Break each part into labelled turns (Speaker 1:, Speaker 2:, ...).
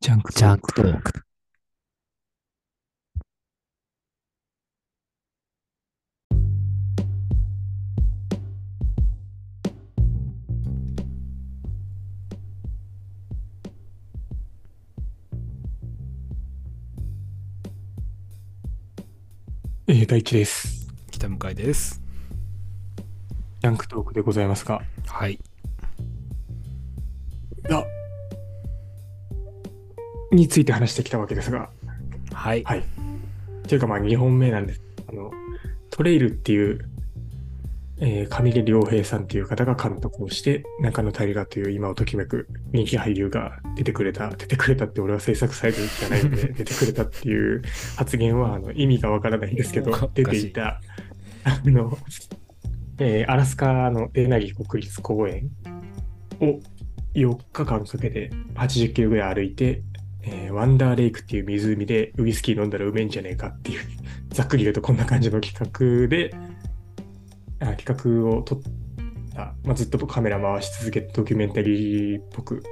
Speaker 1: ジャンク
Speaker 2: ジャンクトーク。
Speaker 3: えー、大輝です。
Speaker 1: 北向井です。
Speaker 3: ジャンクトークでございますが。
Speaker 1: はい。
Speaker 3: だについて話してきたわけですが。
Speaker 1: はい。
Speaker 3: はいというかまあ2本目なんです。あの、トレイルっていう、えー上出良平さんっていう方が監督をして、中野平という今をときめく人気俳優が出てくれた、出てくれたって俺は制作サイドじゃない ので、出てくれたっていう発言はあの意味がわからないんですけど
Speaker 1: おかし、い
Speaker 3: 出ていた、あの、えーアラスカのデナギ国立公園を4日間かけて80キロぐらい歩いて、えーワンダーレイクっていう湖でウイスキー飲んだらうめえんじゃねえかっていう ざっくり言うとこんな感じの企画であ企画を撮った、まあ、ずっとカメラ回し続けてドキュメンタリーっぽく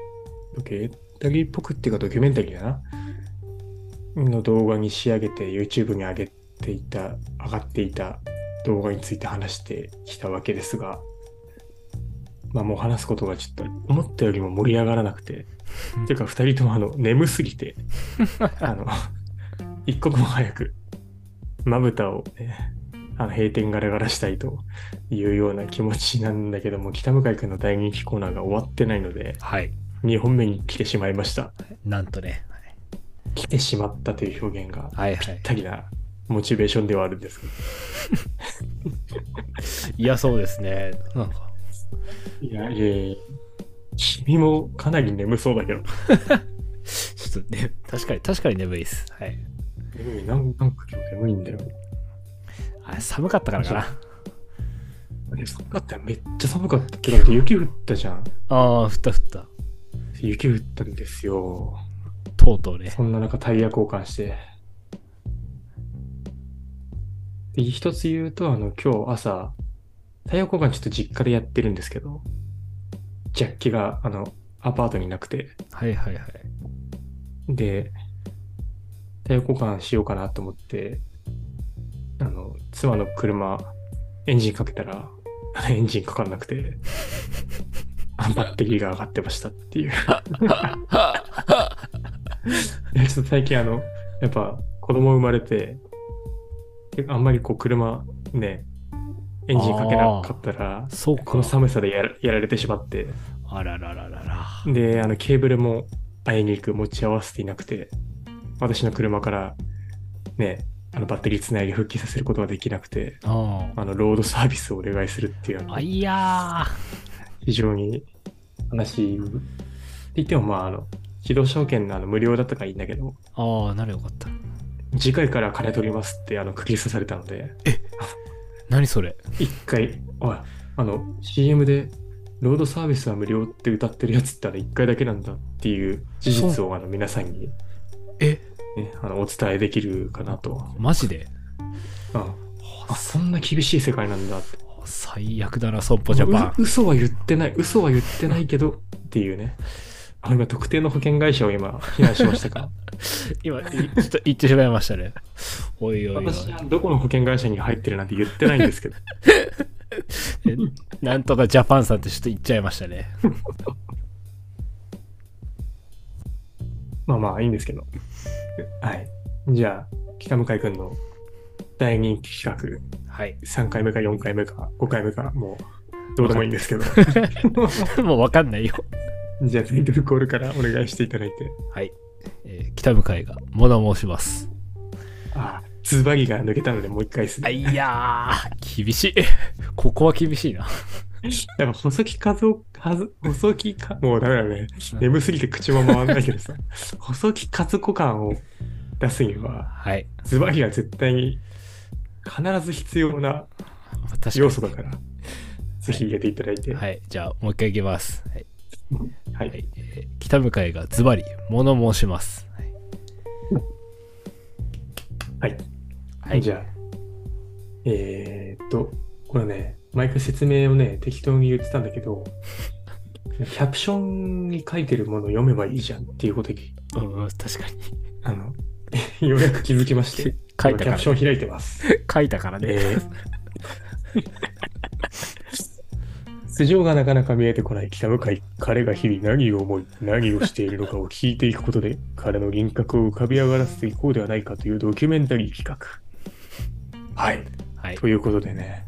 Speaker 3: ドキュメンタリーっぽくっていうかドキュメンタリーだなの動画に仕上げて YouTube に上げていた上がっていた動画について話してきたわけですがまあもう話すことがちょっと思ったよりも盛り上がらなくてっていうか2人ともあの眠すぎてあの一刻も早くまぶたを、ね、あの閉店ガラガラしたいというような気持ちなんだけども北向井君の大人気コーナーが終わってないので
Speaker 1: はい。
Speaker 3: 2本目に来てしまいました
Speaker 1: なんとね。
Speaker 3: 来てしまったという表現が
Speaker 1: はいはい。
Speaker 3: 足りなモチベーションではあるんですけど
Speaker 1: いや、そうですね。なんか。
Speaker 3: いやいやいや君もかなり眠そうだけど
Speaker 1: ちょっとね、確かに、確かに眠いです。はい。
Speaker 3: 眠いなんなんか今日眠いんだよ
Speaker 1: あ寒かったからかな。
Speaker 3: あれ寒かったよめっちゃ寒かったけどだって雪降ったじゃん
Speaker 1: ああ、降った降った。
Speaker 3: 雪降ったんですよ
Speaker 1: とうとうね。
Speaker 3: そんな中タイヤ交換して。で一つ言うと、あの、今日朝、タイヤ交換ちょっと実家でやってるんですけど、ジャッキが、あの、アパートになくて、
Speaker 1: はいはいはい。
Speaker 3: で、タイヤ交換しようかなと思って、あの、妻の車、エンジンかけたら、エンジンかかんなくて、あバッテリーが上がってましたっていう。い やちょっと最近あの、やっぱ子供生まれて、結構あんまりこう車ね、エンジンかけなかったら、
Speaker 1: そう
Speaker 3: こ
Speaker 1: か
Speaker 3: の。寒さでやらやられてしまって、
Speaker 1: あららららら。
Speaker 3: で、あのケーブルもあいにく持ち合わせていなくて、私の車からね、あのバッテリーつないで復帰させることができなくて、
Speaker 1: あ
Speaker 3: あのロードサービスをお願いするっていう、あの
Speaker 1: あ。いや
Speaker 3: 非常に話、って言ってもまあ、あの、自動車保険のあの無料だったからいいんだけど、
Speaker 1: ー。ああ、ならよかった。
Speaker 3: 次回から金取りますってあの釘刺されたので、
Speaker 1: 何それ。
Speaker 3: 一回、おい、あの、CM で、ロードサービスは無料って歌ってるやつってあれ一回だけなんだっていう事実をあの皆さんに、
Speaker 1: え
Speaker 3: ね、あのお伝えできるかなと。
Speaker 1: マジで
Speaker 3: うんあ、そんな厳しい世界なんだって。
Speaker 1: 最悪だな、損保ジャパン
Speaker 3: う。嘘は言ってない、嘘は言ってないけどっていうね。あ今、特定の保険会社を今、非難しまし たか
Speaker 1: 今、いちょっと言ってしまいましたね。おいおいおい。
Speaker 3: 私はどこの保険会社に入ってるなんて言ってないんですけど。
Speaker 1: えなんとかジャパンさんってちょっと言っちゃいましたね。
Speaker 3: まあまあいいんですけど。はい。じゃあ、北向井君の大人気企
Speaker 1: はい。
Speaker 3: 画、3回目か4回目か5回目か、もう、どうでもいいんです けど。
Speaker 1: もうわかんないよ。
Speaker 3: じゃあ、タイトルコールからお願いしていただいて。
Speaker 1: はい。えー北向井が、物申します。
Speaker 3: ああ、ズバギが抜けたのでもう一回です
Speaker 1: あ
Speaker 3: ね。
Speaker 1: いやー、厳しい。 ここは厳しいな。
Speaker 3: やっぱ細木和夫、和夫細木か、もうダメだね。眠すぎて口も回んないけ どさ、細木和子感を出すには、
Speaker 1: はい。
Speaker 3: ズバギが絶対に必ず必要な
Speaker 1: 確かに
Speaker 3: 要素だから、ぜひ入れていただいて。
Speaker 1: はい。じゃあ、もう一回いきます。はい。
Speaker 3: はい
Speaker 1: はいえー北向井が、ズバリ、物申します。はい
Speaker 3: はい。
Speaker 1: はい。
Speaker 3: じゃあ、 えー、っと、これね、毎回説明をね、適当に言ってたんだけど、キャプションに書いてるものを読めばいいじゃんっていうことに、
Speaker 1: うん、確かに。
Speaker 3: あの、 ようやく気づきまして、
Speaker 1: 書いた
Speaker 3: 今キ
Speaker 1: か
Speaker 3: ャ
Speaker 1: ら
Speaker 3: プション開いてます。
Speaker 1: 書いたからね。
Speaker 3: えー 素性がなかなか見えてこない北向井彼が日々何を思い何をしているのかを聞いていくことで彼の輪郭を浮かび上がらせていこうではないかというドキュメンタリー企画はい
Speaker 1: はい。
Speaker 3: ということでね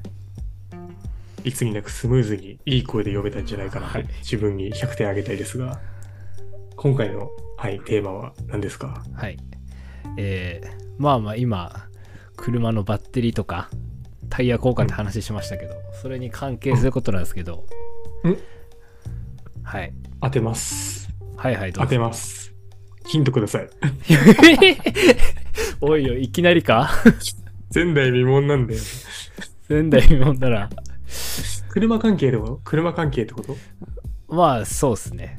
Speaker 3: いつになくスムーズにいい声で読めたんじゃないかなと、
Speaker 1: はい
Speaker 3: 自分に100点あげたいですが今回の、はい、テーマは何ですか
Speaker 1: はい。えー、まあまあ今、車のバッテリーとか、タイヤ交換って話しましたけど、それに関係することなんですけど、
Speaker 3: うん
Speaker 1: はい。
Speaker 3: 当てます
Speaker 1: はいはい、ど
Speaker 3: 当
Speaker 1: う
Speaker 3: て
Speaker 1: ぞ。
Speaker 3: ますヒントください
Speaker 1: おいよ、いきなりか
Speaker 3: 前代未聞なんだよ
Speaker 1: 前代未聞なら。
Speaker 3: 車関係でも車関係ってこと
Speaker 1: まあ、そうっすね。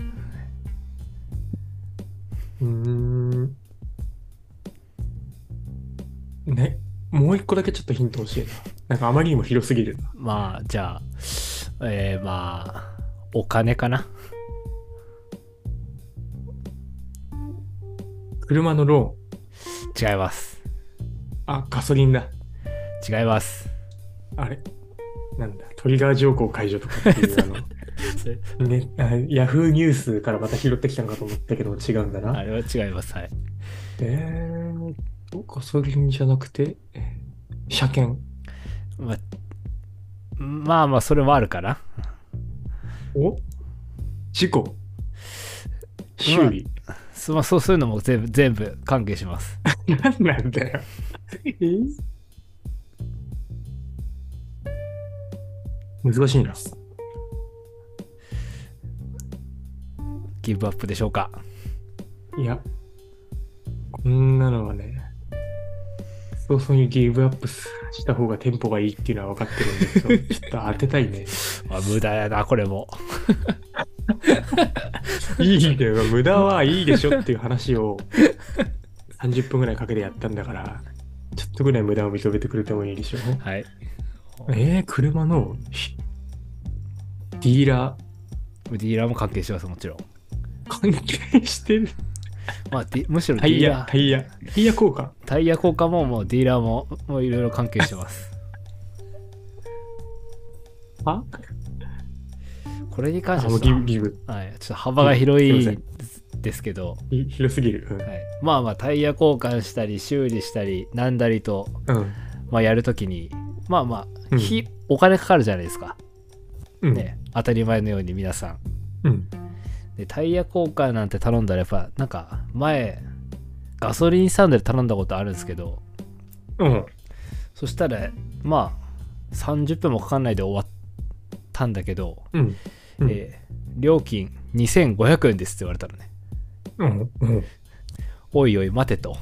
Speaker 3: うーん。ね、もう一個だけちょっとヒント欲しいな。なんかあまりにも広すぎるな。
Speaker 1: まあ、じゃあ、えー、まあ、お金かな
Speaker 3: 車のローン。
Speaker 1: 違います。
Speaker 3: あ、ガソリンだ。
Speaker 1: 違います。
Speaker 3: あれなんだ。トリガー条項解除とかっていう、
Speaker 1: それ
Speaker 3: あの、ね、あヤフーニュースからまた拾ってきたのかと思ったけど違うんだな。
Speaker 1: あれは違います。はい。
Speaker 3: えーっと、ガソリンじゃなくて、えー車検。
Speaker 1: まあ、まあまあ、それもあるかな。
Speaker 3: お事故。修理。
Speaker 1: そまあ、そうそういうのも全部、全部関係します。
Speaker 3: なんなんだよ。難しいな。
Speaker 1: ギブアップでしょうか。
Speaker 3: いや、こんなのはね、早々にギブアップした方がテンポがいいっていうのは分かってるんです けど、ちょっと当てたいね。
Speaker 1: まあ、無駄やな、これも。
Speaker 3: いいんだよ、無駄はいいでしょっていう話を30分ぐらいかけてやったんだから、ちょっとぐらい無駄を認めてくれてもいいでしょ。
Speaker 1: はい。
Speaker 3: えー、車のひディーラ
Speaker 1: デ
Speaker 3: ー
Speaker 1: ィーラーも関係します、もちろん。
Speaker 3: 関係してる
Speaker 1: まあ、ディむしろ
Speaker 3: タ
Speaker 1: ディ
Speaker 3: イ
Speaker 1: ー
Speaker 3: ヤ、
Speaker 1: ラー、
Speaker 3: タイヤ、タイヤ交換。
Speaker 1: タイヤ交換も、もうディーラーも、もういろいろ関係してます。
Speaker 3: あ
Speaker 1: これに関
Speaker 3: あ
Speaker 1: して
Speaker 3: も
Speaker 1: は
Speaker 3: う
Speaker 1: ち
Speaker 3: ギ
Speaker 1: ょ
Speaker 3: ブ
Speaker 1: っと、
Speaker 3: ギブ。
Speaker 1: はい、ちょっと幅が広
Speaker 3: うんすい
Speaker 1: い
Speaker 3: ま
Speaker 1: ですけど、
Speaker 3: ひ広すぎる。うん
Speaker 1: はい、まあまあ、タイヤ交換したり、修理したり、なんだりと、
Speaker 3: うん。
Speaker 1: まあ、やるときに、まあまあ、
Speaker 3: うん
Speaker 1: ひお金かかるじゃないですか。
Speaker 3: うん。
Speaker 1: ね、当たり前のように皆さん。
Speaker 3: うん。
Speaker 1: でタイヤ交換なんて頼んだらやっぱなんか前ガソリンスタンドで頼んだことあるんですけど
Speaker 3: うん。
Speaker 1: そしたらまあ30分もかかんないで終わったんだけど、
Speaker 3: うん。うん
Speaker 1: えー料金2500円ですって言われたのね
Speaker 3: うん。うん。
Speaker 1: おいおい待て と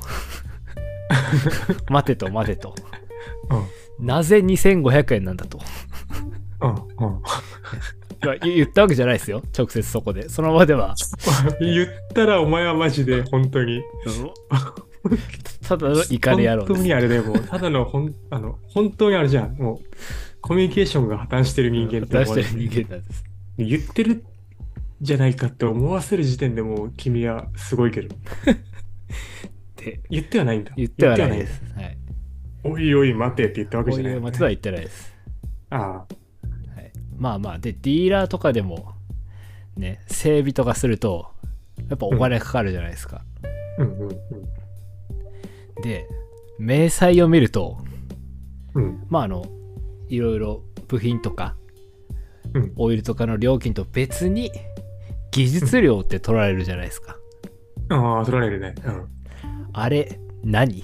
Speaker 1: 待てと待てとなぜ2500円なんだと
Speaker 3: うん。うん。
Speaker 1: いや言言ったわけじゃないですよ直接そこでその場では
Speaker 3: 言ったらお前はマジで本当に。
Speaker 1: ただの怒り野郎で
Speaker 3: 本当
Speaker 1: す
Speaker 3: にあれでもう、ただのほん、 あの、本当にあれじゃん。もう、コミュニケーションが破綻してる人間って
Speaker 1: 出
Speaker 3: 思
Speaker 1: し
Speaker 3: わ
Speaker 1: て
Speaker 3: れ
Speaker 1: る人間なんです
Speaker 3: 言ってるじゃないかって思わせる時点でもう君はすごいけど。
Speaker 1: って
Speaker 3: 言ってはないんだ。
Speaker 1: 言ってはないで
Speaker 3: 言って
Speaker 1: すはい
Speaker 3: はない。おいおい待てって言ったわけ
Speaker 1: こう
Speaker 3: じゃないい。
Speaker 1: うまでは言ってないです。
Speaker 3: ああ。
Speaker 1: はい、まあまあ、で、ディーラーとかでも、ね、整備とかすると、やっぱお金かかるじゃないですか。
Speaker 3: うんうん
Speaker 1: で、明細を見ると、
Speaker 3: うん。うん。
Speaker 1: まああの、いろいろ部品とか、
Speaker 3: うん
Speaker 1: オイルとかの料金と別に、技術料って取られるじゃないですか。
Speaker 3: ああ、取られるね。うん。
Speaker 1: あれ、何 い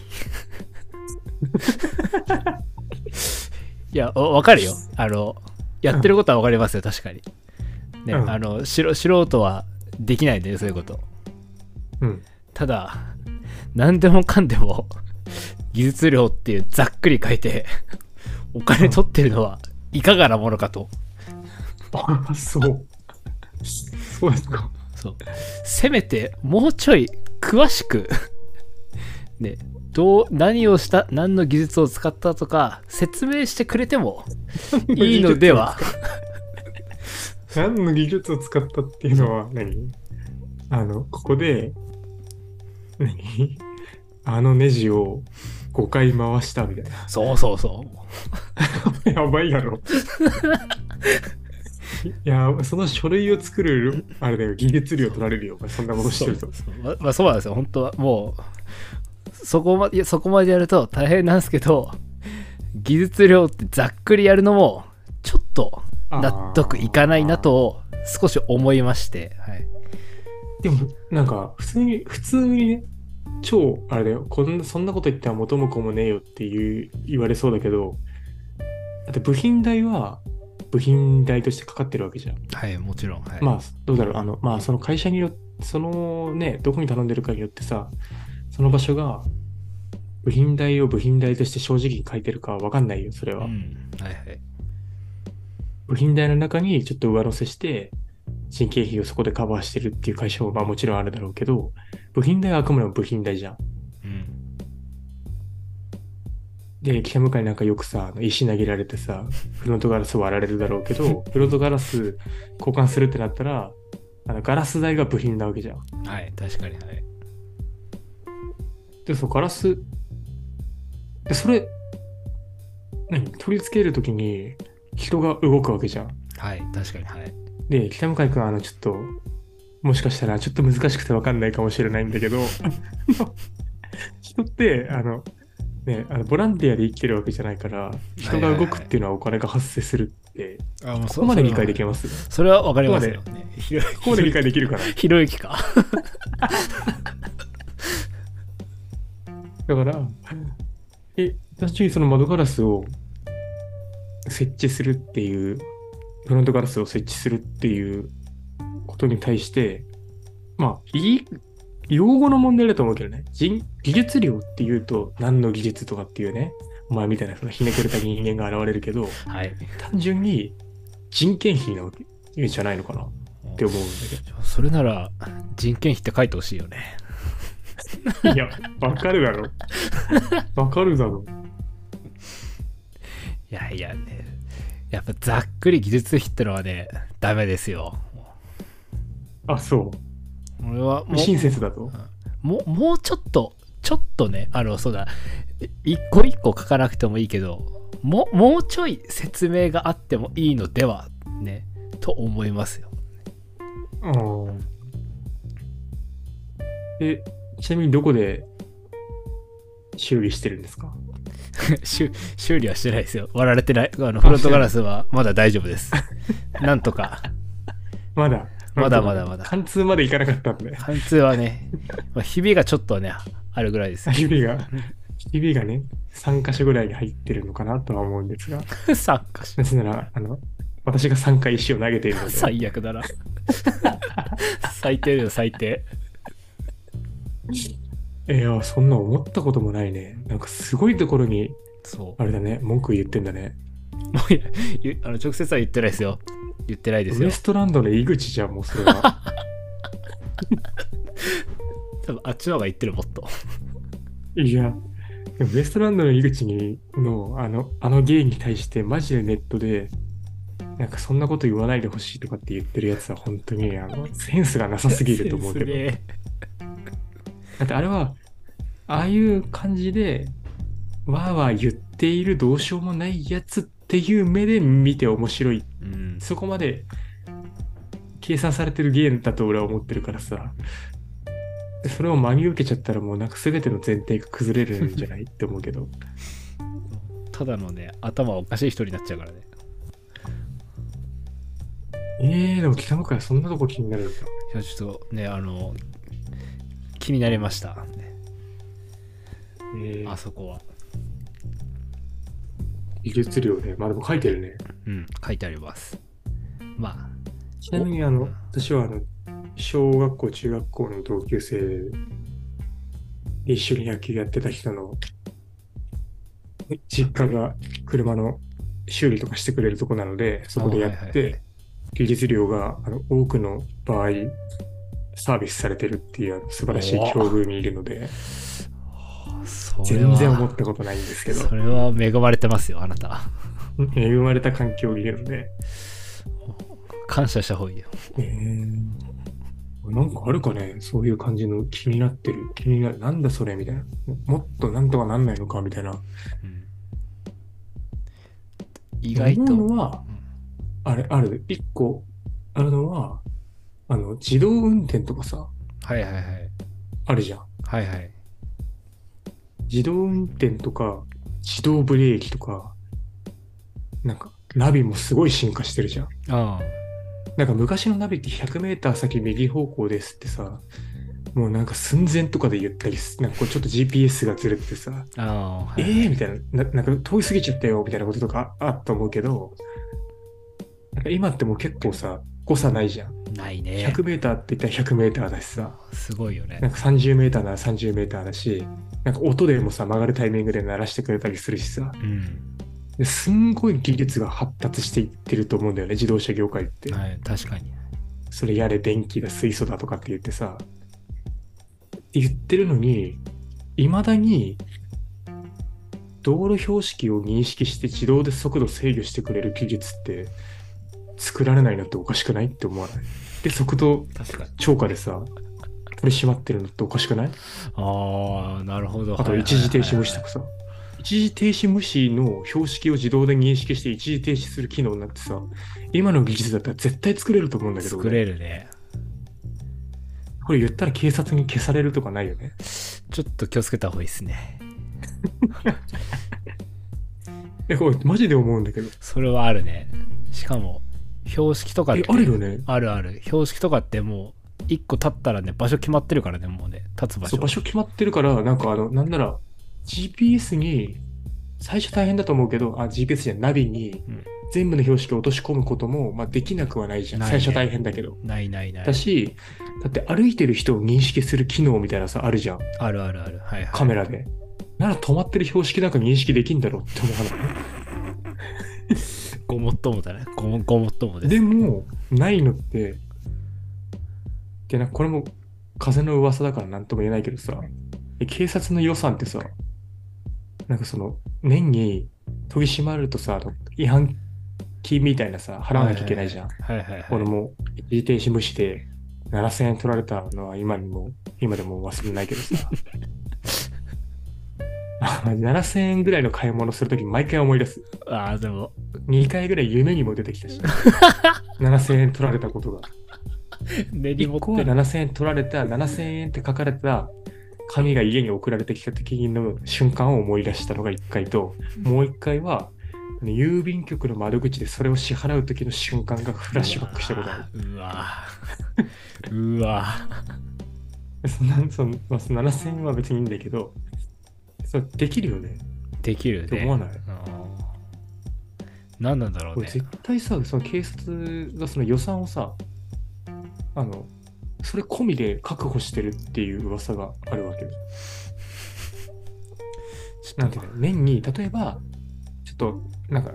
Speaker 1: や、おわかるよ。あの、やってることはわかりますよ、確かに。ね、
Speaker 3: うん
Speaker 1: あの、しろ素人はできないんだよ、そういうこと。
Speaker 3: うん。
Speaker 1: ただ、何でもかんでも、技術量っていうざっくり書いて、お金取ってるのはいかがなものかと。
Speaker 3: ああ、そう。そうですか。
Speaker 1: そう。せめて、もうちょい詳しく、 ね、どう、何をした、何の技術を使ったとか、説明してくれてもいいのでは。
Speaker 3: 何の技術を使ったっていうのは何あの、ここで、何あのネジを5回回したみたいな。
Speaker 1: そうそうそう
Speaker 3: やばい やろ。いや、その書類を作る、あれだよ、技術量取られるよ、そんなことしてると。
Speaker 1: そうままあそうなんですよ本当はもうそこまいやそこまでやると大変なんですけど技術量ってざっくりやるのもちょっと納得いかないなと少し思いまして、はい、
Speaker 3: でも、なんか、普通に、普通にね、超、あれだよ、こんな、そんなこと言ったら元も子もねえよっていう、言われそうだけど、だって部品代は、部品代としてかかってるわけじゃん。
Speaker 1: はい、もちろん、はい
Speaker 3: まあ、どうだろう、あの、まあ、その会社によって、そのね、どこに頼んでるかによってさ、その場所が、部品代を部品代として正直に書いてるかは分かんないよ、それは。
Speaker 1: うん、はいはい
Speaker 3: 部品代の中にちょっと上乗せして、人件費をそこでカバーしてるっていう会社はまあもちろんあるだろうけど、部品代はあくまでも部品代じゃん。
Speaker 1: うん
Speaker 3: で、北向かいなんかよくさ、あの石投げられてさ、フロントガラス割られるだろうけど、フロントガラス交換するってなったら、あのガラス代が部品なわけじゃん。
Speaker 1: はい確かにはい
Speaker 3: で、そう、ガラス、で、それ、何取り付けるときに人が動くわけじゃん。
Speaker 1: はい確かにはい
Speaker 3: で、北向井君は、あの、ちょっと、もしかしたら、ちょっと難しくてわかんないかもしれないんだけど、人って、あの、ね、あのボランティアで生きてるわけじゃないから、人が動くっていうのはお金が発生するって、
Speaker 1: あもう
Speaker 3: ここまで理解できます
Speaker 1: それはわかりますよねひろ
Speaker 3: ここまで理解できる から。
Speaker 1: ひろゆきか
Speaker 3: だから、え、確かにその窓ガラスを設置するっていう、フロントガラスを設置するっていうことに対して、まあ、いい、用語の問題だと思うけどね、人技術量っていうと、何の技術とかっていうね、お前みたいなそのひねくれた人間が現れるけど、
Speaker 1: はい
Speaker 3: 単純に人件費なわけじゃないのかなって思うんだ
Speaker 1: それなら人件費って書いてほしいよね
Speaker 3: けど。いや、わかるだろ。わかるだろ。
Speaker 1: いやいやねやっぱざっくり技術費ってのはねダメですよ
Speaker 3: あ、そ
Speaker 1: 俺はも
Speaker 3: う。親切だと。
Speaker 1: うもうもうちょっとちょっとねあのそうだい一個一個書かなくてもいいけどももうちょい説明があってもいいのではねと思いますよ
Speaker 3: うんえ、ちなみにどこで修理してるんですか
Speaker 1: 修修理は してないですよ割られてないあのフロントガラスはまだ大丈夫です なんとか
Speaker 3: まだ。
Speaker 1: まだまだまだ
Speaker 3: 貫通まで行かなかったん で。
Speaker 1: 貫通はね、まあ、ひびがちょっとねあるぐらい ですよ
Speaker 3: 指が、指がね、3箇所ぐらいに入ってるのかなとは思うんですが。
Speaker 1: 参加し
Speaker 3: なぜなら、あの、私が3回石を投げているので。
Speaker 1: 最悪だな最低だよ最低
Speaker 3: いや、そんな思ったこともないね。なんかすごいところに、
Speaker 1: そう
Speaker 3: あれだね、文句言ってんだね。
Speaker 1: もういやゆあの直接は言ってないですよ言ってないです
Speaker 3: ウ
Speaker 1: よ
Speaker 3: エストランドの井口じゃん、もうそれは。
Speaker 1: 多分あっちの方が言ってるもっと
Speaker 3: いや、でもウエストランドの井口にのあのあの芸に対してマジでネットでなんかそんなこと言わないでほしいとかって言ってるやつは本当にあのセンスがなさすぎると思うけど
Speaker 1: センスね
Speaker 3: だってあれはああいう感じでわーわー言っているどうしようもないやつっていう目で見て面白い
Speaker 1: うん
Speaker 3: そこまで計算されてるゲームだと俺は思ってるからさ。でそれを真に受けちゃったらもうなんか全ての前提が崩れるんじゃないって思うけど。
Speaker 1: ただのね頭おかしい人になっちゃうからね
Speaker 3: えー、でも北向はそんなとこ気になるんだ。
Speaker 1: いやちょっとねあの気になりました、ね
Speaker 3: え
Speaker 1: あ
Speaker 3: ー、
Speaker 1: そこは
Speaker 3: 技術量ね。まあでも書いてるね。
Speaker 1: うん書いてありますま
Speaker 3: ちなみにあの、私はあの、小学校、中学校の同級生で一緒に野球やってた人の実家が車の修理とかしてくれるとこなので、そこでやって、
Speaker 1: あはいはいは
Speaker 3: 技術量があの多くの場合、サービスされてるっていうあの素晴らしい境遇にいるので、
Speaker 1: あそれ
Speaker 3: 全
Speaker 1: は
Speaker 3: 然思ったことないんですけど
Speaker 1: そ、れは恵まれてますよあなた
Speaker 3: 恵まれた環境にいるので、
Speaker 1: 感謝した方がいいよ。
Speaker 3: えーなんかあるかねそういう感じの気になってる。気になる。なんだそれみたいな。もっとなんとかなんないのかみたいな。
Speaker 1: うん意外と。
Speaker 3: 思うのは、あれ、ある。一個あるのは、あの、自動運転とかさ、
Speaker 1: はいはいはい。
Speaker 3: あるじゃん。
Speaker 1: はいはい。
Speaker 3: 自動運転とか、自動ブレーキとか、なんか、ナビもすごい進化してるじゃん。
Speaker 1: ああ。
Speaker 3: なんか昔のナビって100メーター先右方向ですってさ、もうなんか寸前とかで言ったりす、なんかこうちょっと GPS がずれててさ、
Speaker 1: ああ、はい
Speaker 3: ええー、みたいなな、なんか遠い過ぎちゃったよ、みたいなこととかああったと思うけど、なんか今ってもう結構さ、誤差ないじゃん。
Speaker 1: ないね。
Speaker 3: 100メーターって言ったら100メーターだしさ、
Speaker 1: すごいよね
Speaker 3: なん。か30メーターなら30メーターだし、なんか音でもさ、曲がるタイミングで鳴らしてくれたりするしさ、
Speaker 1: うん。
Speaker 3: ですんごい技術が発達していってると思うんだよね、自動車業界って。
Speaker 1: はい、確かに。
Speaker 3: それやれ電気だ水素だとかって言ってさって言ってるのにいまだに道路標識を認識して自動で速度制御してくれる技術って作られないのっておかしくないって思わないで速度
Speaker 1: 確かに。
Speaker 3: 超過でさ取り締まってるのっておかしくない
Speaker 1: ああ、なるほど。
Speaker 3: あと一時停止無視とかさ一時停止無視の標識を自動で認識して一時停止する機能になってさ今の技術だったら絶対作れると思うんだけど俺
Speaker 1: 作れるね。
Speaker 3: これ言ったら警察に消されるとかないよね。
Speaker 1: ちょっと気をつけた方がいいですね。
Speaker 3: え、これマジで思うんだけど。
Speaker 1: それはあるね。しかも、標識とかっ
Speaker 3: え
Speaker 1: て、。
Speaker 3: あるよね。
Speaker 1: あるある。標識とかってもう、一個立ったらね、場所決まってるからね、もうね。立つ場
Speaker 3: そ
Speaker 1: 所。
Speaker 3: う、場所決まってるから、なんかあの、なんなら、GPS に、最初大変だと思うけど、あ、GPS じゃないナビに
Speaker 1: うん、
Speaker 3: 全部の標識を落とし込むことも、まあ、できなくはないじゃん。
Speaker 1: ないね
Speaker 3: 最初大変だけど。
Speaker 1: ないないない
Speaker 3: だ。し、だって歩いてる人を認識する機能みたいなさ、あるじゃん。
Speaker 1: あるあるある。はいはい。
Speaker 3: カメラで。なら止まってる標識なんか認識できんだろうって思わない。
Speaker 1: ごもっともだね。ごもごもっともです。
Speaker 3: でも、ないのって、で、なんかこれも風の噂だから何とも言えないけどさ、え警察の予算ってさ、なんかその、年に取り締まるとさ、あの違反金みたいなさ、払わなきゃいけないじゃん。
Speaker 1: はいはいはい。
Speaker 3: 俺も、一時停止無視で7000円取られたのは今にも、今でも忘れないけ どさ。あ7000円ぐらいの買い物するとき毎回思い出す。
Speaker 1: ああ、でも、
Speaker 3: 2回ぐらい夢にも出てきた し、7000円取られたことが。
Speaker 1: 根に持
Speaker 3: 1個
Speaker 1: っ
Speaker 3: は
Speaker 1: てる。
Speaker 3: 7000円取られた、7000円って書かれた紙が家に送られてきた時の瞬間を思い出したのが1回と、もう1回は、あの郵便局の窓口でそれを支払う時の瞬間がフラッシュバックしたことあ
Speaker 1: うわーうわー
Speaker 3: る。そんなそのまあ、その7000円は別にいいんだけど、そうできるよね
Speaker 1: できる
Speaker 3: って
Speaker 1: ね。
Speaker 3: 思わない、
Speaker 1: うん何なんだろう
Speaker 3: これ
Speaker 1: ね。
Speaker 3: 絶対さ、その警察がその予算をさ、あの、それ込みで確保してるっていう噂があるわけよ。なんていうの年に例えばちょっとなんか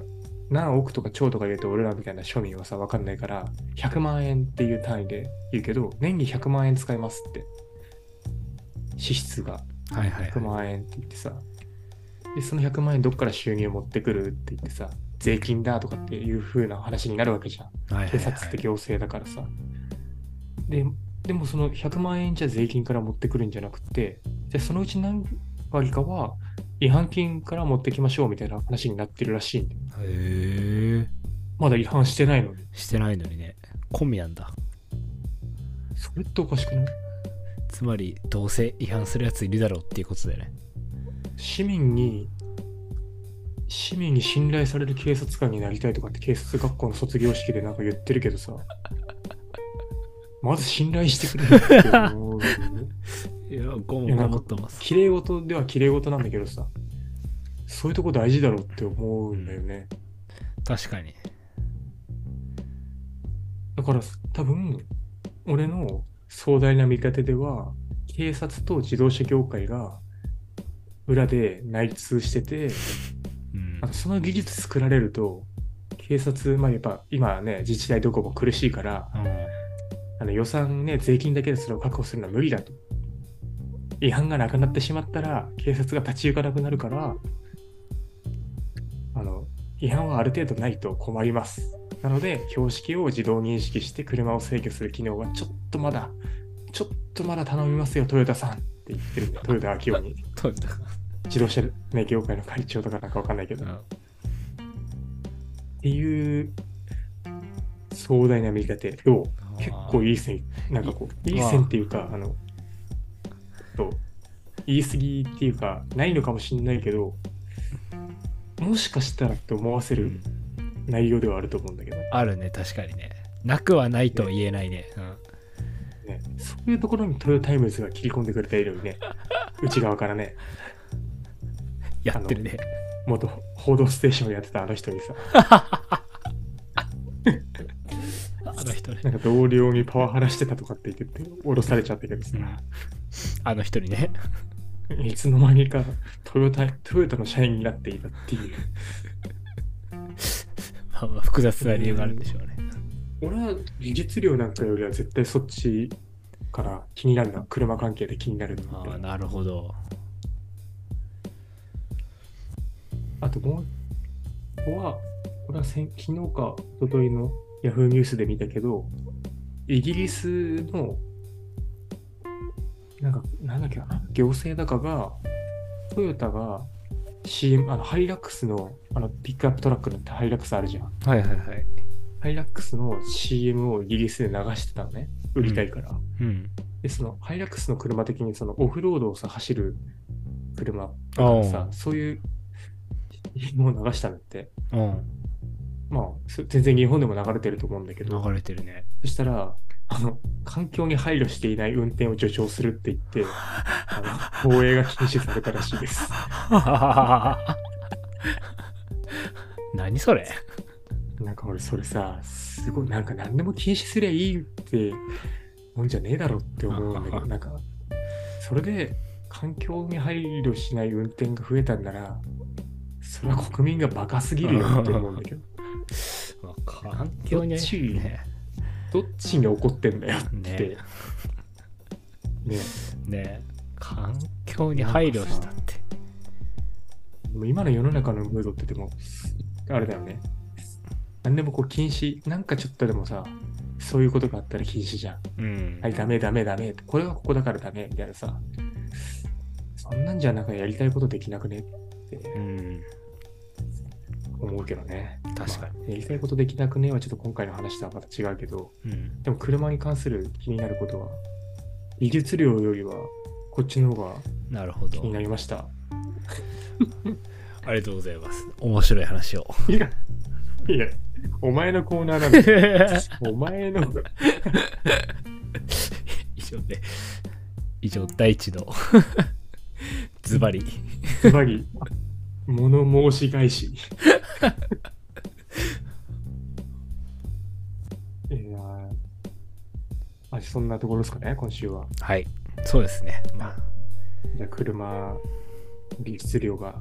Speaker 3: 何億とか兆とか言うと俺らみたいな庶民はさ分かんないから100万円っていう単位で言うけど年に100万円使いますって支出が
Speaker 1: はいはい
Speaker 3: 100。万円って言ってさでその100万円どっから収入持ってくるって言ってさ税金だとかっていう風な話になるわけじゃん
Speaker 1: はいはいはい
Speaker 3: 警察って行政だからさ。で、でもその100万円じゃ税金から持ってくるんじゃなくて、じゃあそのうち何割かは違反金から持ってきましょうみたいな話になってるらしいんで、
Speaker 1: へえ。
Speaker 3: まだ違反してないのに。
Speaker 1: してないのにね。込みなんだ。
Speaker 3: それっておかしくない
Speaker 1: つまり、どうせ違反するやついるだろうっていうことだよね。
Speaker 3: 市民に、市民に信頼される警察官になりたいとかって警察学校の卒業式でなんか言ってるけどさ、まず信頼してくれるって思うよね。
Speaker 1: いや、ご
Speaker 3: いや
Speaker 1: も
Speaker 3: な
Speaker 1: ごも
Speaker 3: んか
Speaker 1: っとます。
Speaker 3: 綺麗事では綺麗事なんだけどさそういうとこ大事だろうって思うんだよね
Speaker 1: 確かに。
Speaker 3: だから多分俺の壮大な見立てでは警察と自動車業界が裏で内通してて
Speaker 1: うん
Speaker 3: あ。のその技術作られると警察まあやっぱ今ね自治体どこも苦しいから
Speaker 1: うん
Speaker 3: あの予算ね税金だけでそれを確保するのは無理だと違反がなくなってしまったら警察が立ち行かなくなるからあの違反はある程度ないと困りますなので、標識を自動認識して車を制御する機能はちょっとまだ、ちょっとまだ頼みますよ、トヨタさんって言ってるんで、トヨタ秋夫に。
Speaker 1: トヨタ
Speaker 3: 自動車、ね、業界の会長とかなんかわかんないけど。
Speaker 1: う
Speaker 3: っ
Speaker 1: ん
Speaker 3: ていう壮大な見方を結構いい線、なんかこう、
Speaker 1: い
Speaker 3: いい線っていうか、あの、と言い過ぎっていうか、ないのかもしれないけど、もしかしたらって思わせ
Speaker 1: う
Speaker 3: る
Speaker 1: ん
Speaker 3: 内容ではあると思うんだけど、
Speaker 1: あるね確かにねなくはないとは言えないね、うん、
Speaker 3: ね、そういうところにトヨタイムズが切り込んでくれたように ね、内側からね、
Speaker 1: やってるね
Speaker 3: 元報道ステーションやってたあの人にさ、
Speaker 1: あの人ね
Speaker 3: なんか同僚にパワハラしてたとかって言ってて、降ろされちゃったけどさ、
Speaker 1: あの人にね
Speaker 3: いつの間にかトヨタ、トヨタの社員になっていたっていう。
Speaker 1: まあまあ複雑な理由があるんでしょうね
Speaker 3: 俺は技術量なんかよりは絶対そっちから気になるのは車関係で気になるの
Speaker 1: あ
Speaker 3: って
Speaker 1: あなるほど
Speaker 3: あともう一個は俺は先昨日か一昨日の Yahoo ニュースで見たけどイギリスのなんかなんだっけな行政だかがトヨタが CM あのハイラックスのあのピックアップトラックのハイラックスあるじゃん
Speaker 1: はいはいはい
Speaker 3: ハイラックスの CM をイギリスで流してたのね売りたいから、
Speaker 1: うん
Speaker 3: で、そのハイラックスの車的にそのオフロードをさ走る車だからさ
Speaker 1: お、う
Speaker 3: そういうものを流したのって、
Speaker 1: うん
Speaker 3: まあ、そ全然日本でも流れてると思うんだけど、
Speaker 1: 流れてるね
Speaker 3: そしたら、あの、環境に配慮していない運転を助長するって言って、あの、防衛が禁止されたらしいです。
Speaker 1: 何それ
Speaker 3: なんか俺それさ、すごい、なんか何でも禁止すりゃいいってもんじゃねえだろって思うんだけど、なんか、それで環境に配慮しない運転が増えたんなら、それは国民がバカすぎるよって思うんだけど、
Speaker 1: まあ環境に
Speaker 3: どっち
Speaker 1: ね
Speaker 3: どっちに怒ってんだよって。
Speaker 1: ね
Speaker 3: ね
Speaker 1: ね環境に配慮したって
Speaker 3: でも今の世の中のムードってでも、あれだよね。何でもこう禁止、なんかちょっとでもさ、そういうことがあったら禁止じゃ
Speaker 1: う
Speaker 3: ん。
Speaker 1: ん
Speaker 3: はい、ダメダメダメ。これはここだからダメ。みたいなさ。そんなんじゃなんかやりたいことできなくねって
Speaker 1: うん
Speaker 3: 思うけどね。
Speaker 1: 確かに、
Speaker 3: まあやりたいことできなくねはちょっと今回の話とはまた違うけど、
Speaker 1: うん
Speaker 3: でも車に関する気になることは、技術量よりはこっちの方が
Speaker 1: なるほ
Speaker 3: 気
Speaker 1: ど
Speaker 3: になりました。
Speaker 1: ありがとうございます面白い話を
Speaker 3: いや、いや、お前のコーナーなんだよ。 お前の、
Speaker 1: 以上で以上第一 のズバリ
Speaker 3: ズバリ、物申し返し。いやーあ、そんなところですかね、今週は。
Speaker 1: はいそうですねまあ
Speaker 3: じゃあ、車、技術量が。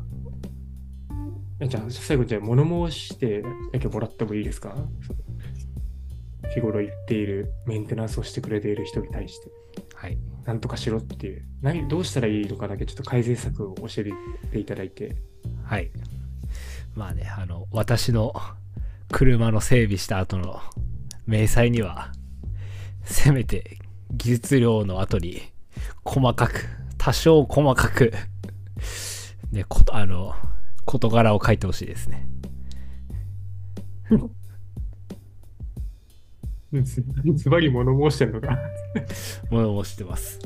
Speaker 3: えじゃあ、最後、じゃあ、物申してだけもらってもいいですかその日頃言っているメンテナンスをしてくれている人に対して、
Speaker 1: はい
Speaker 3: なんとかしろっていう、何どうしたらいいのかだけちょっと改善策を教えていただいて。
Speaker 1: はいまあねあの私の 車の整備した後の明細にはせめて技術量の後に細かく多少細かくねことあの事柄を書いてほしいですね
Speaker 3: ズズバリ物申してんのか。
Speaker 1: 物申してます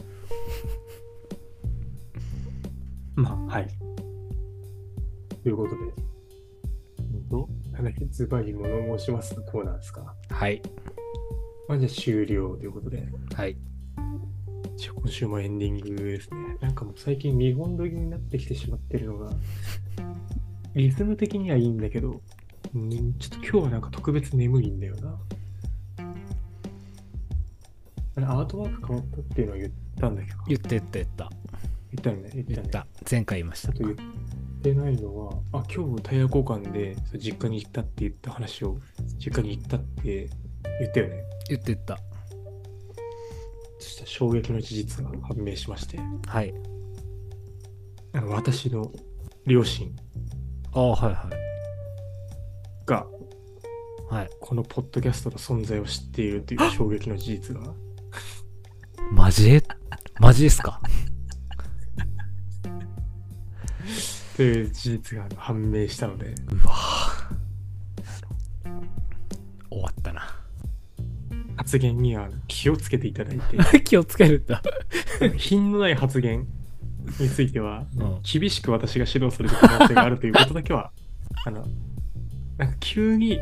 Speaker 3: まあ、はい。ということで、うんと、なんだっけ、ズバリ物申しますのコーナーですか。
Speaker 1: はい
Speaker 3: まあ、じゃあ終了ということで、
Speaker 1: はい
Speaker 3: じゃあ今週もエンディングですね。なんかもう最近日本撮りになってきてしまってるのが、リズム的にはいいんだけど、うんちょっと今日はなんか特別眠いんだよな。あれアートワーク変わったっていうのは言ったんだけど、
Speaker 1: 言って言った言った
Speaker 3: 言ったよね、言った
Speaker 1: 言
Speaker 3: よ
Speaker 1: っ
Speaker 3: ね。
Speaker 1: た前回言いまし
Speaker 3: あ
Speaker 1: た
Speaker 3: と言ってないのは、あ、今日タイヤ交換でそう実家に行ったって言った話を、実家に行ったって言ったよね。
Speaker 1: 言って言った
Speaker 3: そしたら衝撃の事実が判明しまして、
Speaker 1: はい
Speaker 3: あの私の両親
Speaker 1: ああはいはい
Speaker 3: が、
Speaker 1: はい
Speaker 3: このポッドキャストの存在を知っているという衝撃の事実が
Speaker 1: マジマジですか
Speaker 3: という事実が判明したので
Speaker 1: うわぁ終わったな
Speaker 3: 発言には気をつけていただいて
Speaker 1: 気をつけるんだ
Speaker 3: 品のない発言については、
Speaker 1: うん
Speaker 3: 厳しく私が指導する可能性があるということだ けはあのなんか急に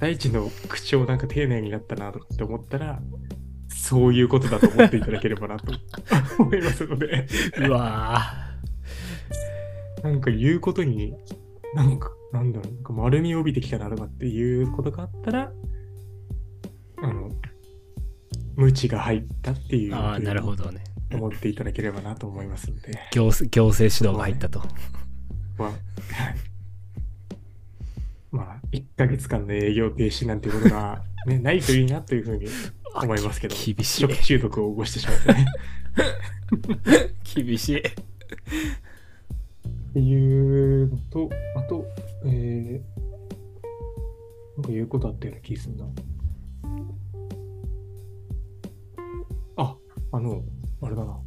Speaker 3: 大地の口調なんか丁寧になったなとかって思ったらそういうことだと思っていただければな と思いますので
Speaker 1: うわ
Speaker 3: なんか言うことになんかなんだろうなんか丸みを帯びてきたなとかっていうことがあったらあの無知が入ったってい
Speaker 1: ぁ
Speaker 3: う
Speaker 1: ああなるほどね
Speaker 3: 思っていただければなと思いますので。
Speaker 1: 行政行政指導が入ったと
Speaker 3: まあ、 まあ、1ヶ月間の営業停止なんていうことが、ね、ないといいなというふうに思います けど、
Speaker 1: あき厳し
Speaker 3: 食中毒を起こしてしまってね。
Speaker 1: い厳しい
Speaker 3: っていうのと、あと、えー、なんか言うことあったような気がするな。あ、あの、あれだな。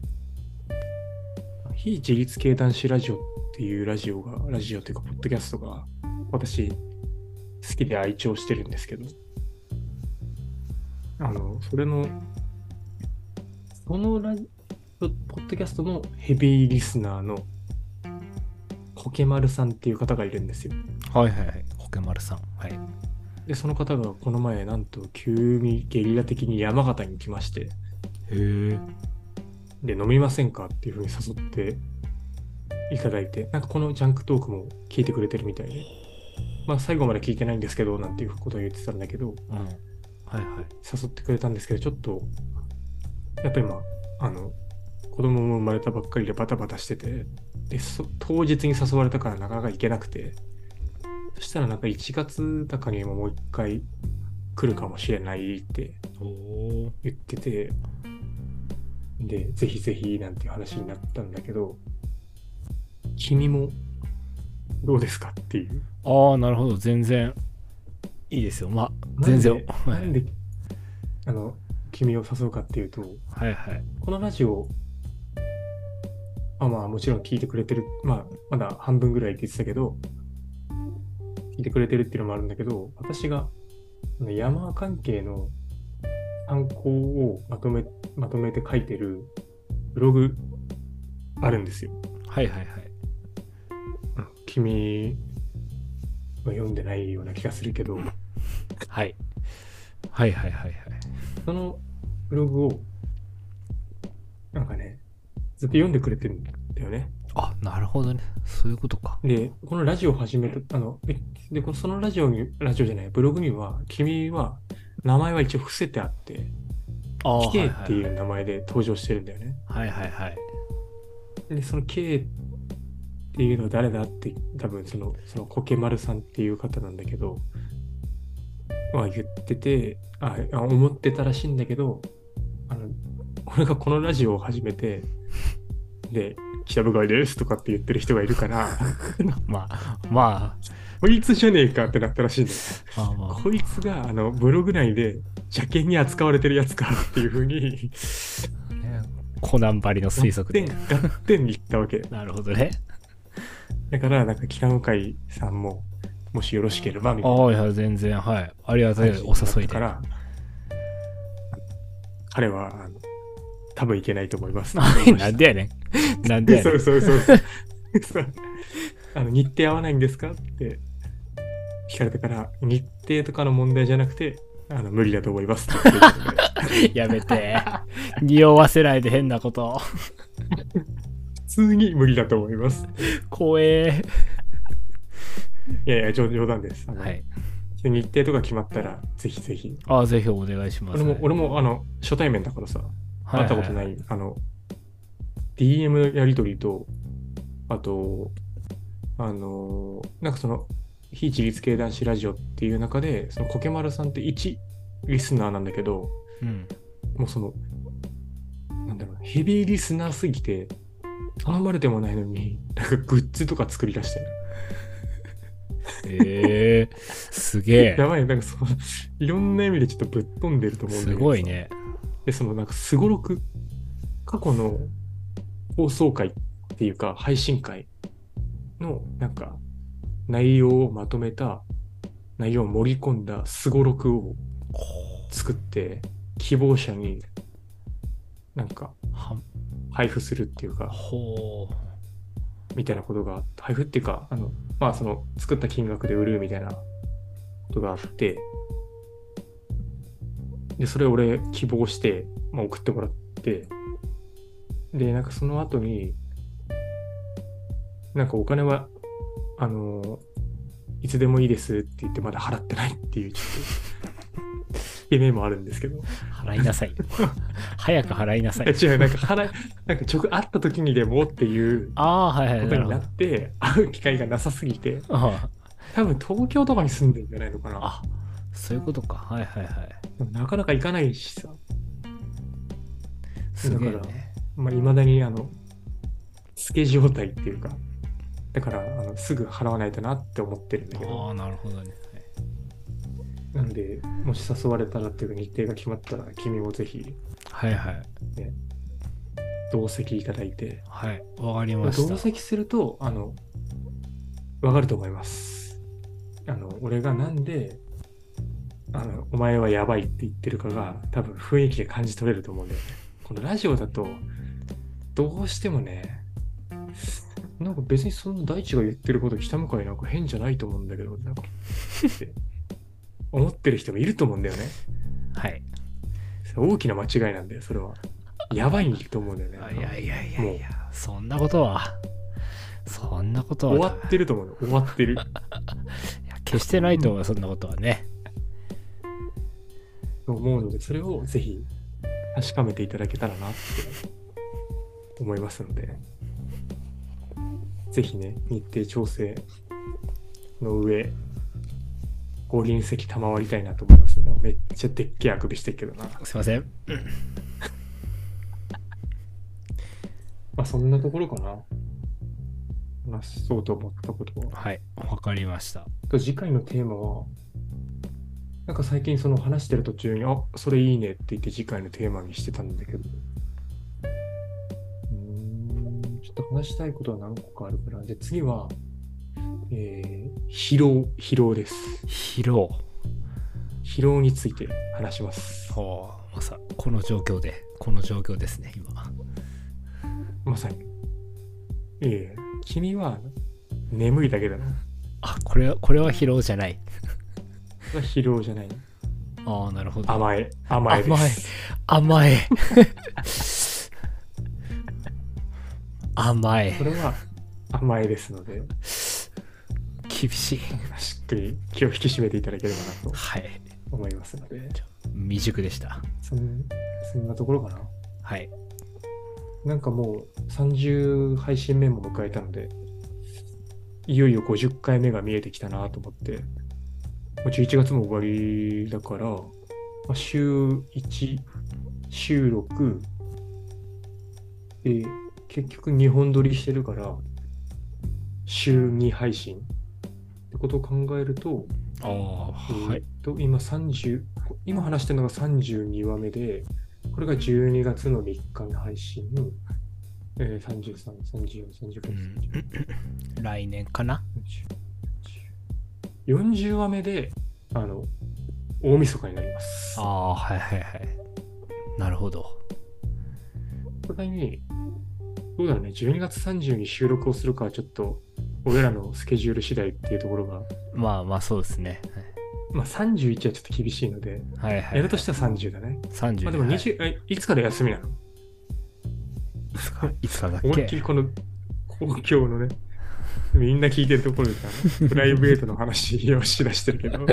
Speaker 3: 非自立系男子ラジオっていうラジオが、ラジオというか、ポッドキャストが、私、好きで愛聴してるんですけど、あの、それの、そのラジポッドキャストのヘビーリスナーのコケマルさんっていう方がいるんですよ。
Speaker 1: はいはいはいコケマルさんはい
Speaker 3: で、その方がこの前、なんと急にゲリラ的に山形に来まして、
Speaker 1: へえ
Speaker 3: で、飲みませんかっていうふうに誘っていただいて、なんかこのジャンクトークも聞いてくれてるみたいで、まあ最後まで聞いてないんですけど、なんていうことを言ってたんだけど、
Speaker 1: うんはいはい
Speaker 3: 誘ってくれたんですけど、ちょっと、やっぱり今、あの、子供も生まれたばっかりでバタバタしてて、で、そ当日に誘われたからなかなか行けなくて、そしたらなんか1月だかにももう一回来るかもしれないって
Speaker 1: おお
Speaker 3: 言ってて、で、ぜひぜひなんていう話になったんだけど、君もどうですかっていう。
Speaker 1: ああなるほど全然いいですよまあ
Speaker 3: なん
Speaker 1: 全
Speaker 3: で
Speaker 1: 然は
Speaker 3: ないんで、あの、君を誘うかっていうと、
Speaker 1: はいはい
Speaker 3: このラジオ、あまあもちろん聞いてくれてる、まあまだ半分ぐらいって言ってたけど、聞いてくれてるっていうのもあるんだけど、私があの山関係の参考をまとめ、まとめて書いてるブログあるんですよ。
Speaker 1: はいはいはい
Speaker 3: 君は読んでないような気がするけど、
Speaker 1: はいはいはいはいはい
Speaker 3: そのブログを、なんかね、ずっと読んでくれてるんだよね。
Speaker 1: あなるほどねそういうことか
Speaker 3: で、このラジオを始めた、あの、で、でこのそのラジオに、ラジオじゃない、ブログには、君は、名前は一応伏せてあって、
Speaker 1: ああ
Speaker 3: K っていう名前で登場してるんだよね。
Speaker 1: はいはいはい
Speaker 3: で、その K っていうのは誰だって、多分その、そのコケマルさんっていう方なんだけど、は言っててあ、あ思ってたらしいんだけど、あの、俺がこのラジオを始めて、で、北部街ですとかって言ってる人がいるから、
Speaker 1: まあま
Speaker 3: こいつじゃねえかってなったらしいんだよ。
Speaker 1: あまあま
Speaker 3: こいつがあのブログ内で邪険に扱われてるやつかっていうふうに
Speaker 1: あ、ね、コナンばりの推測で
Speaker 3: ガッテンガッテンに行ったわけ
Speaker 1: なるほどね
Speaker 3: だからなんか北向井さんももしよろしければみ
Speaker 1: あ
Speaker 3: たい
Speaker 1: あいや全然はいありがた
Speaker 3: ない感じ
Speaker 1: お誘い
Speaker 3: だ
Speaker 1: で
Speaker 3: ったから彼はあの多分いけないと思います
Speaker 1: なんでやね んなんでやね
Speaker 3: そ
Speaker 1: ん
Speaker 3: うそうそうそうそうあの日程合わないんですかって聞かれたから日程とかの問題じゃなくてあの無理だと思いますって言ってたので
Speaker 1: やめて匂わせないで変な こと
Speaker 3: 普通に無理だと思います
Speaker 1: 怖え
Speaker 3: いやいや、冗冗談です。あの
Speaker 1: はい
Speaker 3: 日程とか決まったら、ぜひぜひ。
Speaker 1: ああぜひお願いします
Speaker 3: 俺も、俺も、あの、初対面だからさ、
Speaker 1: はい
Speaker 3: 会ったことない、あの、DM のやりとりと、あと、あの、なんかその、非自立系男子ラジオっていう中で、その、コケマルさんって1リスナーなんだけど、
Speaker 1: うん
Speaker 3: もうその、なんだろうな、ヘビーリスナーすぎて、頼まれてもないのに、なんかグッズとか作り出してる。
Speaker 1: えー、すげ
Speaker 3: やばい、なんかそう、いろんな意味でちょっとぶっ飛んでると
Speaker 1: え。
Speaker 3: 思うん
Speaker 1: す
Speaker 3: だけど。
Speaker 1: ごい。ね。
Speaker 3: で、そのなんか、すごろく、過去の放送回っていうか、配信会の、なんか、内容をまとめた、内容を盛り込んだすごろくを作って、希望者に、なんか、
Speaker 1: は
Speaker 3: 配布するっていうか、
Speaker 1: ほう。
Speaker 3: みたいなことがあって、配布っていうか、あの、まあその作った金額で売るみたいなことがあって、で、それ俺希望して、まあ、送ってもらって、で、なんかその後に、なんかお金は、あの、いつでもいいですって言ってまだ払ってないっていう、ちょっと、夢もあるんですけど。
Speaker 1: 払いな さい。早く払いなさ
Speaker 3: え
Speaker 1: い。
Speaker 3: 違う、なんか払い、なんか直会った時にでもっていう
Speaker 1: ああー、はいは
Speaker 3: こ
Speaker 1: い。
Speaker 3: と
Speaker 1: なる
Speaker 3: に
Speaker 1: ほ
Speaker 3: な
Speaker 1: ど
Speaker 3: って、会う機会がなさすぎて、。
Speaker 1: あ
Speaker 3: 多分東京とかに住んでるんじゃないのかな。
Speaker 1: あ、そういうことか。はいはいはい。
Speaker 3: でもなかなか行かないしさ、
Speaker 1: すげえ
Speaker 3: だから
Speaker 1: ね。
Speaker 3: まあ、未だにあの、透け状態っていうか、だからあのすぐ払わないとなって思ってるんだけ
Speaker 1: あ
Speaker 3: ど、
Speaker 1: あ、なるほどね。はい
Speaker 3: なんで、もし誘われたらっていうか日程が決まったら、君もぜひ
Speaker 1: はいはい。
Speaker 3: 同席いただいて、
Speaker 1: はい、わかりました
Speaker 3: 同。席すると、あの、わかると思います。あの、俺がなんで、あの、お前はやばいって言ってるかが、多分雰囲気で感じ取れると思うんだよね。このラジオだと、どうしてもね、なんか別にその大地が言ってること北向かいなんか変じゃないと思うんだけど、なんか、って思ってる人もいると思うんだよね。
Speaker 1: はい。
Speaker 3: それ大きな間違いなんだよ、それは。やばいと思うんだよね。
Speaker 1: いやいやいや
Speaker 3: もう
Speaker 1: いや、そんなことは、そんなことは、
Speaker 3: 終わってると思うの、終わってる。
Speaker 1: いや決してないと思うよ、そんなことはね。
Speaker 3: と思うので、それをぜひ確かめていただけたらなって思いますので、ぜひね、日程調整の上、五輪席賜りたいなと思います、ね。めっちゃでっけえあくびしてるけどな。
Speaker 1: すいません。
Speaker 3: まあそんなところかな。話そうと思ったことは。
Speaker 1: はい、わかりました。
Speaker 3: と次回のテーマは、なんか最近その話してる途中に、あそれいいねって言って次回のテーマにしてたんだけど。うーん、ちょっと話したいことは何個かあるから。で、次は、えー疲労、疲労です。
Speaker 1: 疲労。
Speaker 3: 疲労について話します。
Speaker 1: おーまさ、この状況で、この状況ですね、今。
Speaker 3: まさに。いえいえ、君は眠いだけだな。
Speaker 1: あ、これは、これは疲労じゃない。
Speaker 3: それは疲労じゃない。
Speaker 1: ああ、なるほど。
Speaker 3: 甘え、甘えです。
Speaker 1: 甘え甘 え。甘え。
Speaker 3: それは甘えですので、
Speaker 1: 厳しい。
Speaker 3: しっかり気を引き締めていただければなと
Speaker 1: はい。
Speaker 3: 思いますので、
Speaker 1: 未熟でした。
Speaker 3: そんそんなところかな。
Speaker 1: はい。
Speaker 3: なんかもう30配信目も迎えたので、いよいよ50回目が見えてきたなと思って、もう11月も終わりだから、まあ、週1、週6で、結局2本撮りしてるから、週2配信ってことを考えると、
Speaker 1: ああ、は
Speaker 3: はいい。、と今30今話してるのが32話目でこれが12月の3日の配信、えー、33、34、35、
Speaker 1: う
Speaker 3: 36
Speaker 1: ん来年かな
Speaker 3: 40話目であの大晦日になります
Speaker 1: あ。あ、はいはいはい。なるほど。
Speaker 3: お互いにどうだろうね12月30に収録をするかはちょっと俺らのスケジュール次第っていうところが、
Speaker 1: まあまあそうですね。
Speaker 3: まあ、31はちょっと厳しいので、
Speaker 1: はいはい。
Speaker 3: やるとしたら30だね。
Speaker 1: 30
Speaker 3: まあ、でも
Speaker 1: はい
Speaker 3: 20、えいつから休みなの
Speaker 1: つかいつかだっ
Speaker 3: 思いっき
Speaker 1: け
Speaker 3: りこの公共のね、みんな聞いてるところでさ、 プライベートの話をしだしてるけど、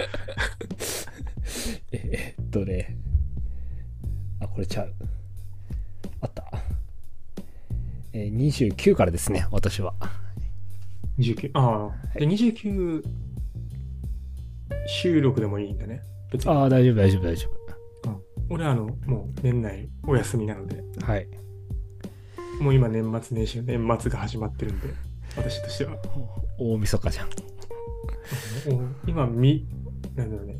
Speaker 1: えっとね。あ、これちゃう。あった。えー、29からですね、私は。
Speaker 3: 29、ああ、で29収録でもいいんだね。別に。
Speaker 1: ああ、大丈夫大丈夫大丈
Speaker 3: 俺あの、もう年内お休みなので、
Speaker 1: 夫。はい。
Speaker 3: もう今年末年始、年末が始まってるんで、私としては。
Speaker 1: 大晦日じゃん。
Speaker 3: お今、み、なんだろうね。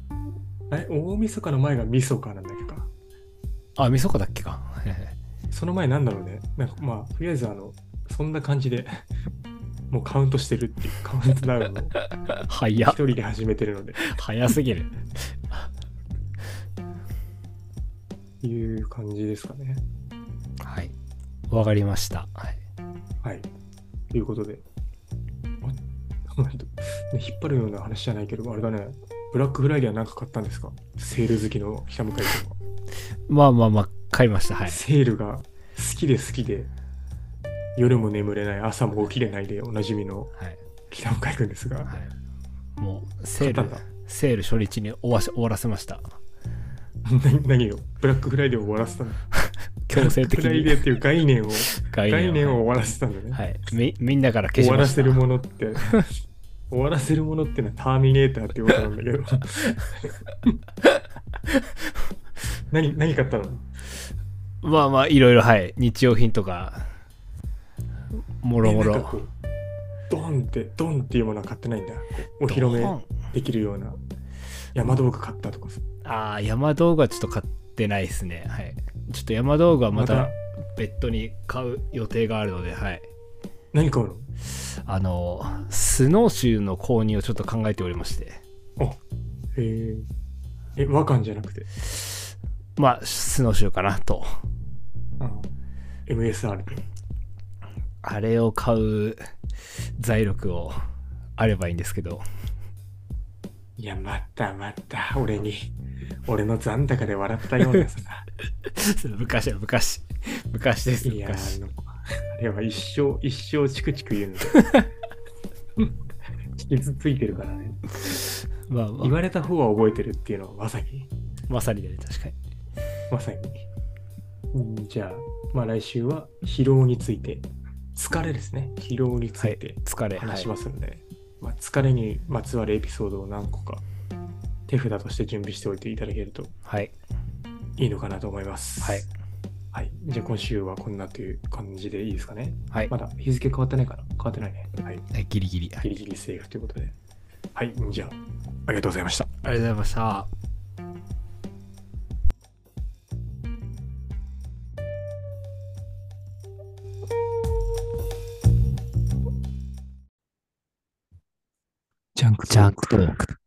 Speaker 3: あれ、大晦日の前がみそかなんだっけか。
Speaker 1: あ、みそかだっけか。
Speaker 3: その前なんだろうね。なんかまあ、とりあえずあの、そんな感じで、 もうカウントしてるっていうカウントダウンを
Speaker 1: 早
Speaker 3: 一
Speaker 1: っ
Speaker 3: 人で始めてるので、
Speaker 1: 早すぎる。
Speaker 3: いう感じですかね。
Speaker 1: はい。わかりました。はい
Speaker 3: はい。ということで。あなんとね引っ張るような話じゃないけど、あれだね。ブラックフライデーは何か買ったんですかセール好きの北向井君
Speaker 1: ま
Speaker 3: は。
Speaker 1: あまあまあ、買いました。はい。
Speaker 3: セールが好きで好きで、夜も眠れない、朝も起きれないでおなじみの
Speaker 1: はい。
Speaker 3: 北向井君ですが、
Speaker 1: はい、もう、セ
Speaker 3: 買った
Speaker 1: ー
Speaker 3: ん
Speaker 1: ル
Speaker 3: だ。、
Speaker 1: セール初日に終わし終わらせました。
Speaker 3: 何何をブラックフライデーを終わらせたんだ。
Speaker 1: 強制的
Speaker 3: ブラックフライデ
Speaker 1: に
Speaker 3: ーっていう概念を、
Speaker 1: 概
Speaker 3: 概念
Speaker 1: を。
Speaker 3: を終わらせたんだね。
Speaker 1: はい。み、みんなから消
Speaker 3: 終
Speaker 1: し
Speaker 3: わ
Speaker 1: ま
Speaker 3: ら
Speaker 1: した。
Speaker 3: せるものって、終わらせるものってのはターミネーターっていうことな んだけど。何、何買ったの
Speaker 1: まあまあ、いろいろ、はい。日用品とか、もろも
Speaker 3: えなんかこ
Speaker 1: ろ。
Speaker 3: うドンって、ドンっていうものは買ってないんだ。こうお披露
Speaker 1: ド
Speaker 3: 目
Speaker 1: ン
Speaker 3: できるような山道具買ったとかさ。
Speaker 1: ああ、山道具はちょっと買ってないですね。はい。ちょっと山道具はまた別途に買う予定があるので、はい。
Speaker 3: 何買うの
Speaker 1: あの、スノーシューの購入をちょっと考えておりまして。
Speaker 3: ええ、和漢じゃなくて、
Speaker 1: まあ、スノーシューかなと。
Speaker 3: あの MSR で。
Speaker 1: あれを買う財力をあればいいんですけど。
Speaker 3: いや、またまた、俺に、俺の残高で笑ったよう なさ。
Speaker 1: 昔は昔。昔です、
Speaker 3: いやー、あ
Speaker 1: 昔。
Speaker 3: の、あれは一生、一生チクチク言 うので。傷ついてるからね。
Speaker 1: まあま
Speaker 3: 言
Speaker 1: あ、
Speaker 3: われた方は覚えてるっていうのはまさに、
Speaker 1: まさにだね、確かに。
Speaker 3: まさに。うんじゃあ、まあ来週は疲労について、疲れですね。疲労につ
Speaker 1: はいい
Speaker 3: て、
Speaker 1: 疲れ。
Speaker 3: 話し
Speaker 1: は
Speaker 3: ますので、まあ、疲れにまつわるエピソードを何個か手札として準備しておいていただけると
Speaker 1: い。
Speaker 3: いいのかなと思います。
Speaker 1: はい。
Speaker 3: はい。じゃあ今週はこんなという感じでいいですかね。
Speaker 1: はい。
Speaker 3: まだ日付変わってないかな変わってないね。はい。
Speaker 1: はい、ギリギリ。はい
Speaker 3: ギリギリセーフということで。はい。じゃあ、ありがとうございました。
Speaker 1: ありがとうございました。
Speaker 3: ジャンク
Speaker 1: クトーク。